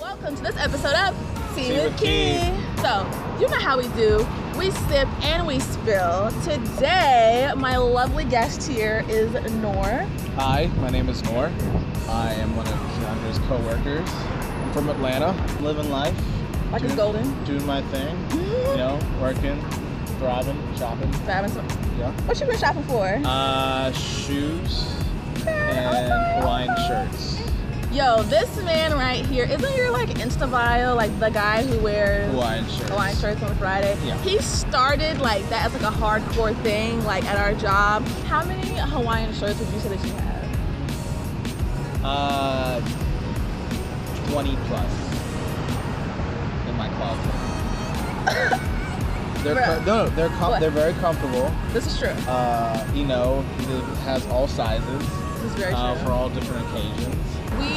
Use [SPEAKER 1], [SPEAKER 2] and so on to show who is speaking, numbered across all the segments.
[SPEAKER 1] welcome to this episode of Tea
[SPEAKER 2] Tea
[SPEAKER 1] with
[SPEAKER 2] with Keith.
[SPEAKER 1] Keith. So, you know how we do. We sip and we spill. Today, my lovely guest here is Nor.
[SPEAKER 2] Hi, my name is Nor. I am one of Keandra's coworkers. I'm from Atlanta, living life,
[SPEAKER 1] Like it's
[SPEAKER 2] Doing-
[SPEAKER 1] golden.
[SPEAKER 2] doing my thing, you know, working, thriving, shopping.
[SPEAKER 1] Grabbing some-
[SPEAKER 2] Yeah.
[SPEAKER 1] What you been shopping for?
[SPEAKER 2] Uh, shoes and Hawaiian shirts.
[SPEAKER 1] Yo, this man right here, isn't your like Insta bio like the guy who wears
[SPEAKER 2] Hawaiian shirts.
[SPEAKER 1] Hawaiian shirts on Friday?
[SPEAKER 2] Yeah.
[SPEAKER 1] He started like that as like a hardcore thing, like at our job. How many Hawaiian shirts would you say that you have?
[SPEAKER 2] Uh, 20 plus in my closet. they're
[SPEAKER 1] Bruh.
[SPEAKER 2] co- no, no, they're com-
[SPEAKER 1] What?
[SPEAKER 2] they're very comfortable.
[SPEAKER 1] This is true.
[SPEAKER 2] Uh, you know, it has all sizes
[SPEAKER 1] This is very true.
[SPEAKER 2] uh, for all different occasions.
[SPEAKER 1] We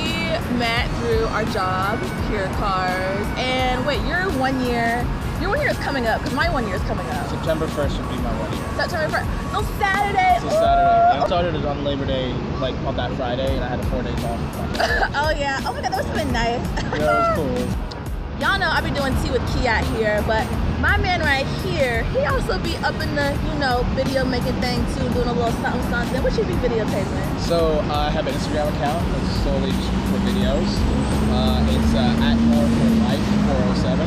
[SPEAKER 1] met through our job, Pure Cars, and wait, your one year, your one year is coming up because my one year is coming up.
[SPEAKER 2] September 1st would be my one year.
[SPEAKER 1] September first, so Saturday.
[SPEAKER 2] It's a
[SPEAKER 1] ooh.
[SPEAKER 2] Saturday. I started it on Labor Day, like on that Friday, and I had four days off.
[SPEAKER 1] oh yeah. Oh my God, that was so nice.
[SPEAKER 2] Yeah, it was
[SPEAKER 1] Y'all know I be doing tea with Key out here, but my man right here, he also be up in the, you know, video making thing too, doing a little something something. What you be videotaping?
[SPEAKER 2] cool. So uh, I have an Instagram account that's solely just for videos. Uh, it's uh, at more for life 407.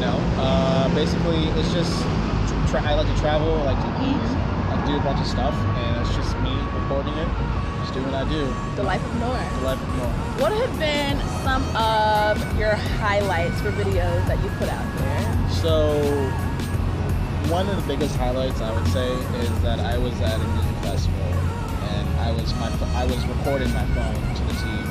[SPEAKER 2] You know, uh, basically it's just tra- I like to travel, I like to eat, I do a bunch of stuff, and it's just me recording it, just doing what I do,
[SPEAKER 1] The life of
[SPEAKER 2] the
[SPEAKER 1] Nor.
[SPEAKER 2] life of Nor.
[SPEAKER 1] What have been some of your highlights for videos that you put out there?
[SPEAKER 2] So, one of the biggest highlights I would say is that I was at a music festival, and I was my I was recording my phone to the team,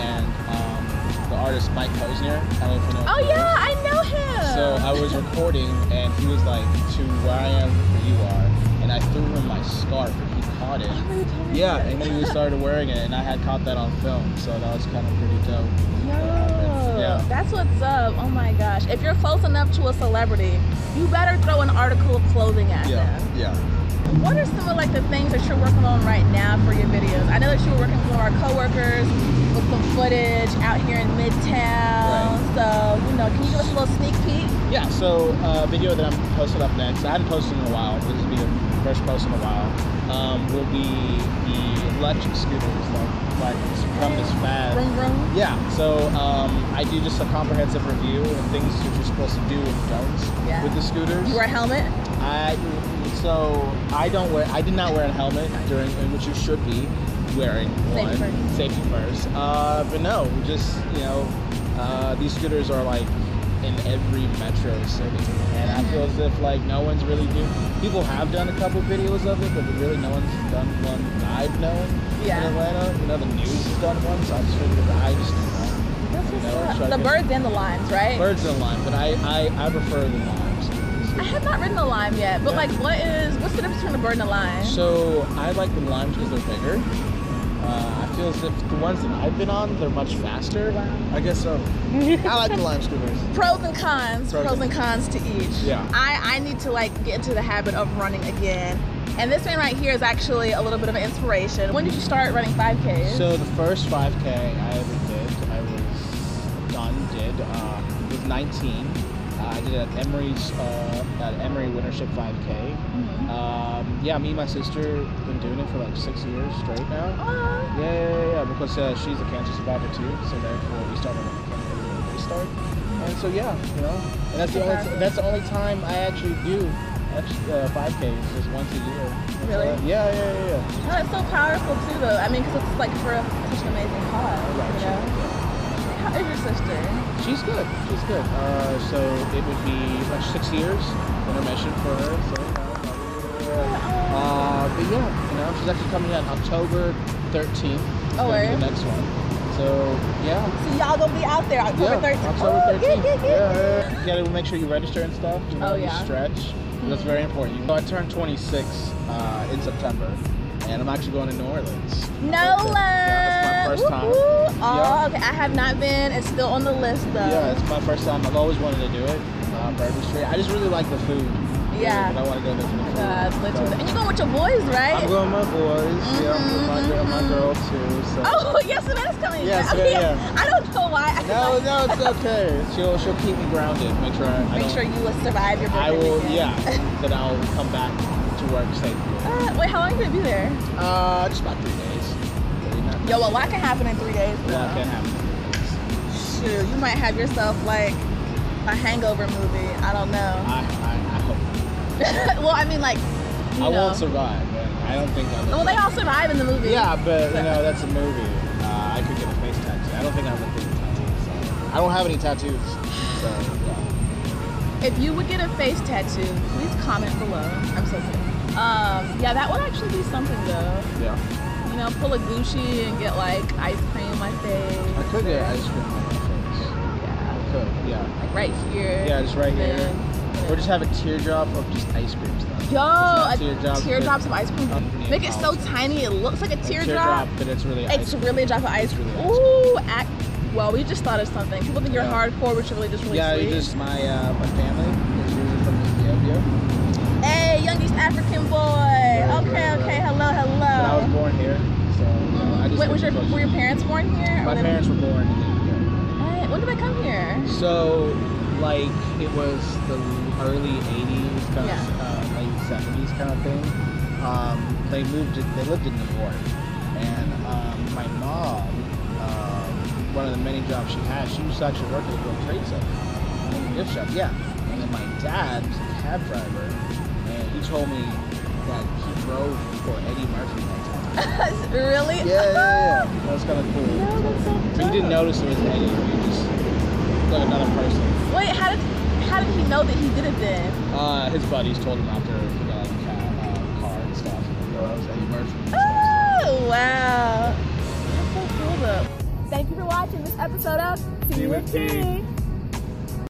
[SPEAKER 2] and um, the artist Mike Posner. I don't know if you know.
[SPEAKER 1] Oh
[SPEAKER 2] who he is.
[SPEAKER 1] yeah, I know him.
[SPEAKER 2] So I was recording, and he was like, "To where I am, where you are," and I threw him my scarf, and he caught
[SPEAKER 1] Oh,
[SPEAKER 2] it.
[SPEAKER 1] you told me
[SPEAKER 2] Yeah,
[SPEAKER 1] that.
[SPEAKER 2] and he was started wearing it, and I had caught that on film, so that was kind of pretty dope.
[SPEAKER 1] Yo,
[SPEAKER 2] Yeah.
[SPEAKER 1] that's what's up. Oh my gosh. If you're close enough to a celebrity, you better throw an article of clothing at them.
[SPEAKER 2] Yeah, yeah.
[SPEAKER 1] What are some of like the things that you're working on right now for your videos? I know that you were working with one of our coworkers with some footage out here in Midtown. So, you know, can you give us a little sneak peek?
[SPEAKER 2] Yeah, so uh, video that I'm posting up next, I haven't posted in a while, this will be the first post in a while, um, will be the electric scooters that like, become this fad.
[SPEAKER 1] Vroom vroom.
[SPEAKER 2] Yeah, so um, I do just a comprehensive review of things that you're supposed to do and don'ts
[SPEAKER 1] Yeah.
[SPEAKER 2] with the scooters.
[SPEAKER 1] You wear a helmet?
[SPEAKER 2] I so I don't wear I did not wear a helmet during which you should be wearing
[SPEAKER 1] Safety
[SPEAKER 2] one
[SPEAKER 1] first.
[SPEAKER 2] safety first. Uh, but no, we just you know uh, these scooters are like in every metro city, and I feel as if like no one's really do. People have done a couple videos of it, but really no one's done one that I've known
[SPEAKER 1] Yeah.
[SPEAKER 2] in Atlanta. You know the news has done one, so I just figured I just.
[SPEAKER 1] That's
[SPEAKER 2] You
[SPEAKER 1] what's
[SPEAKER 2] know,
[SPEAKER 1] up.
[SPEAKER 2] try to
[SPEAKER 1] The
[SPEAKER 2] get-
[SPEAKER 1] birds and the limes, right?
[SPEAKER 2] Birds in line, but I, I, I prefer the lime scooters.
[SPEAKER 1] I have not ridden a lime yet, but
[SPEAKER 2] Yeah.
[SPEAKER 1] like what is what's the difference between a bird and a lime?
[SPEAKER 2] So I like the limes because they're bigger. Uh, I feel as if the ones that I've been on, they're much faster.
[SPEAKER 1] Wow.
[SPEAKER 2] I guess so. I like the lime scooters.
[SPEAKER 1] pros and cons pros,
[SPEAKER 2] Pros
[SPEAKER 1] and
[SPEAKER 2] and-
[SPEAKER 1] cons to each
[SPEAKER 2] Yeah.
[SPEAKER 1] I, I need to like get into the habit of running again and this man right here is actually a little bit of an inspiration when did you start running 5ks
[SPEAKER 2] So the first 5K I ever did, I was done, did, uh, was 19. Uh, I did it at Emory's, uh, at Emory Wintership 5K.
[SPEAKER 1] Mhm.
[SPEAKER 2] Um, yeah, me and my sister been doing it for like six years straight now.
[SPEAKER 1] Aw.
[SPEAKER 2] Yeah, yeah, yeah, because uh, she's a cancer survivor too, so therefore we started with a cancer restart. And so yeah, you know, and that's the only that's the only time I actually do actually, uh, 5Ks, just once a year. That's
[SPEAKER 1] Really?
[SPEAKER 2] all I- yeah, yeah, yeah, yeah.
[SPEAKER 1] No, Oh, it's so powerful too though i mean because it's like for such an amazing cause
[SPEAKER 2] Right,
[SPEAKER 1] you
[SPEAKER 2] sure.
[SPEAKER 1] know how is your sister
[SPEAKER 2] She's good. She's good. Uh, so it would be like six years intermission for her. So, you know, uh, but yeah, you know, she's actually coming in October 13th. It's
[SPEAKER 1] Oh,
[SPEAKER 2] gonna be
[SPEAKER 1] word.
[SPEAKER 2] the next one. So yeah.
[SPEAKER 1] so y'all gonna be out there october
[SPEAKER 2] yeah,
[SPEAKER 1] 13th
[SPEAKER 2] October
[SPEAKER 1] Oh,
[SPEAKER 2] 13th.
[SPEAKER 1] good, good, good.
[SPEAKER 2] Yeah, yeah, yeah. You gotta make sure you register and stuff. You know,
[SPEAKER 1] Oh,
[SPEAKER 2] you
[SPEAKER 1] yeah. Mm-hmm.
[SPEAKER 2] stretch. That's very important. So I turned 26 uh, in September, and I'm actually going to New Orleans.
[SPEAKER 1] no love
[SPEAKER 2] Yeah, that's my first time.
[SPEAKER 1] Woo-hoo. oh
[SPEAKER 2] Yeah.
[SPEAKER 1] okay i have not been it's still on the list though
[SPEAKER 2] um, Yeah, it's my first time. I've always wanted to do it. Uh, Bourbon Street. I just really like the food.
[SPEAKER 1] Yeah.
[SPEAKER 2] But I want to go there for the food.
[SPEAKER 1] Uh, literally.
[SPEAKER 2] So-
[SPEAKER 1] And you're going with your boys, right?
[SPEAKER 2] I'm going with my boys. Yeah, I'm with my girl, my
[SPEAKER 1] Mhm,
[SPEAKER 2] girl too. So.
[SPEAKER 1] Oh, yes, it is coming.
[SPEAKER 2] Yes,
[SPEAKER 1] I, mean,
[SPEAKER 2] yeah, yeah.
[SPEAKER 1] I don't know why. I feel
[SPEAKER 2] No,
[SPEAKER 1] like-
[SPEAKER 2] no, it's okay. She'll she'll keep me grounded. Make sure I, I
[SPEAKER 1] Make
[SPEAKER 2] don't-
[SPEAKER 1] sure you will survive your birthday
[SPEAKER 2] I will.
[SPEAKER 1] weekend.
[SPEAKER 2] Yeah. then I'll come back to work safely.
[SPEAKER 1] Uh, wait, how long could it be there?
[SPEAKER 2] Uh, just about three days. Really not
[SPEAKER 1] Yo, a lot can happen in three days.
[SPEAKER 2] a lot can happen.
[SPEAKER 1] Shoot, you might have yourself like a hangover movie. I don't know.
[SPEAKER 2] I, I, I hope.
[SPEAKER 1] well, I mean, like, you know.
[SPEAKER 2] I won't survive. But I don't think I will.
[SPEAKER 1] Well, they all survive in the movie.
[SPEAKER 2] Yeah, but you know that's a movie. Uh, I could get a face tattoo. I don't think I have a face tattoo. So. I don't have any tattoos. So yeah.
[SPEAKER 1] If you would get a face tattoo, please comment below. I'm so kidding. Um, yeah, that would actually be something though.
[SPEAKER 2] yeah.
[SPEAKER 1] You know, pull a Gucci and get like ice cream on my face.
[SPEAKER 2] I could get ice cream on my face.
[SPEAKER 1] Yeah,
[SPEAKER 2] Could yeah.
[SPEAKER 1] like right here.
[SPEAKER 2] Yeah, just right here.
[SPEAKER 1] Then-
[SPEAKER 2] Or just have a teardrop of just ice cream stuff.
[SPEAKER 1] Yo, a
[SPEAKER 2] teardrops, but-
[SPEAKER 1] teardrops of ice cream.
[SPEAKER 2] Um,
[SPEAKER 1] Make it so
[SPEAKER 2] yeah.
[SPEAKER 1] tiny it looks like a
[SPEAKER 2] A
[SPEAKER 1] teardrop.
[SPEAKER 2] but it's really ice
[SPEAKER 1] It's
[SPEAKER 2] cream.
[SPEAKER 1] really a drop of ice
[SPEAKER 2] It's
[SPEAKER 1] cream.
[SPEAKER 2] really ice cream.
[SPEAKER 1] Ooh, act. Well, we just thought of something. People think you're
[SPEAKER 2] Yeah.
[SPEAKER 1] hardcore, which you're really just really
[SPEAKER 2] yeah,
[SPEAKER 1] sweet.
[SPEAKER 2] it just my uh, my family is usually from Ethiopia,
[SPEAKER 1] Hey, young East African boy.
[SPEAKER 2] Right,
[SPEAKER 1] okay,
[SPEAKER 2] right,
[SPEAKER 1] okay.
[SPEAKER 2] right.
[SPEAKER 1] Hello, hello.
[SPEAKER 2] but I was born here, so you know, I just
[SPEAKER 1] Wait,
[SPEAKER 2] live
[SPEAKER 1] Oh. was your
[SPEAKER 2] close.
[SPEAKER 1] were your parents born here? or
[SPEAKER 2] My
[SPEAKER 1] were they-
[SPEAKER 2] parents were born. in
[SPEAKER 1] Hey, when did they come here?
[SPEAKER 2] Ethiopia. So like it was the early '80s, kind
[SPEAKER 1] Yeah.
[SPEAKER 2] of uh, late '70s kind of thing. Um, they moved. To, they lived in New York, and um, my mom, um, one of the many jobs she had, she used to actually work at the World Trade Center. gift shop, yeah. And then my dad was a cab driver, and he told me that he drove for Eddie Murphy one time.
[SPEAKER 1] really?
[SPEAKER 2] Yeah, yeah, yeah. That was kind of cool.
[SPEAKER 1] No, that's so
[SPEAKER 2] But you didn't
[SPEAKER 1] dope.
[SPEAKER 2] notice it was Eddie. You just like another person.
[SPEAKER 1] Wait, how did how did he know that he did it then?
[SPEAKER 2] Uh, his buddies told him after he got out of the cab, uh, car and stuff. You know, that was Eddie Murphy.
[SPEAKER 1] Oh wow. That's so cool though. Thank you for watching this episode of
[SPEAKER 2] Tea with Tea.
[SPEAKER 1] Tea.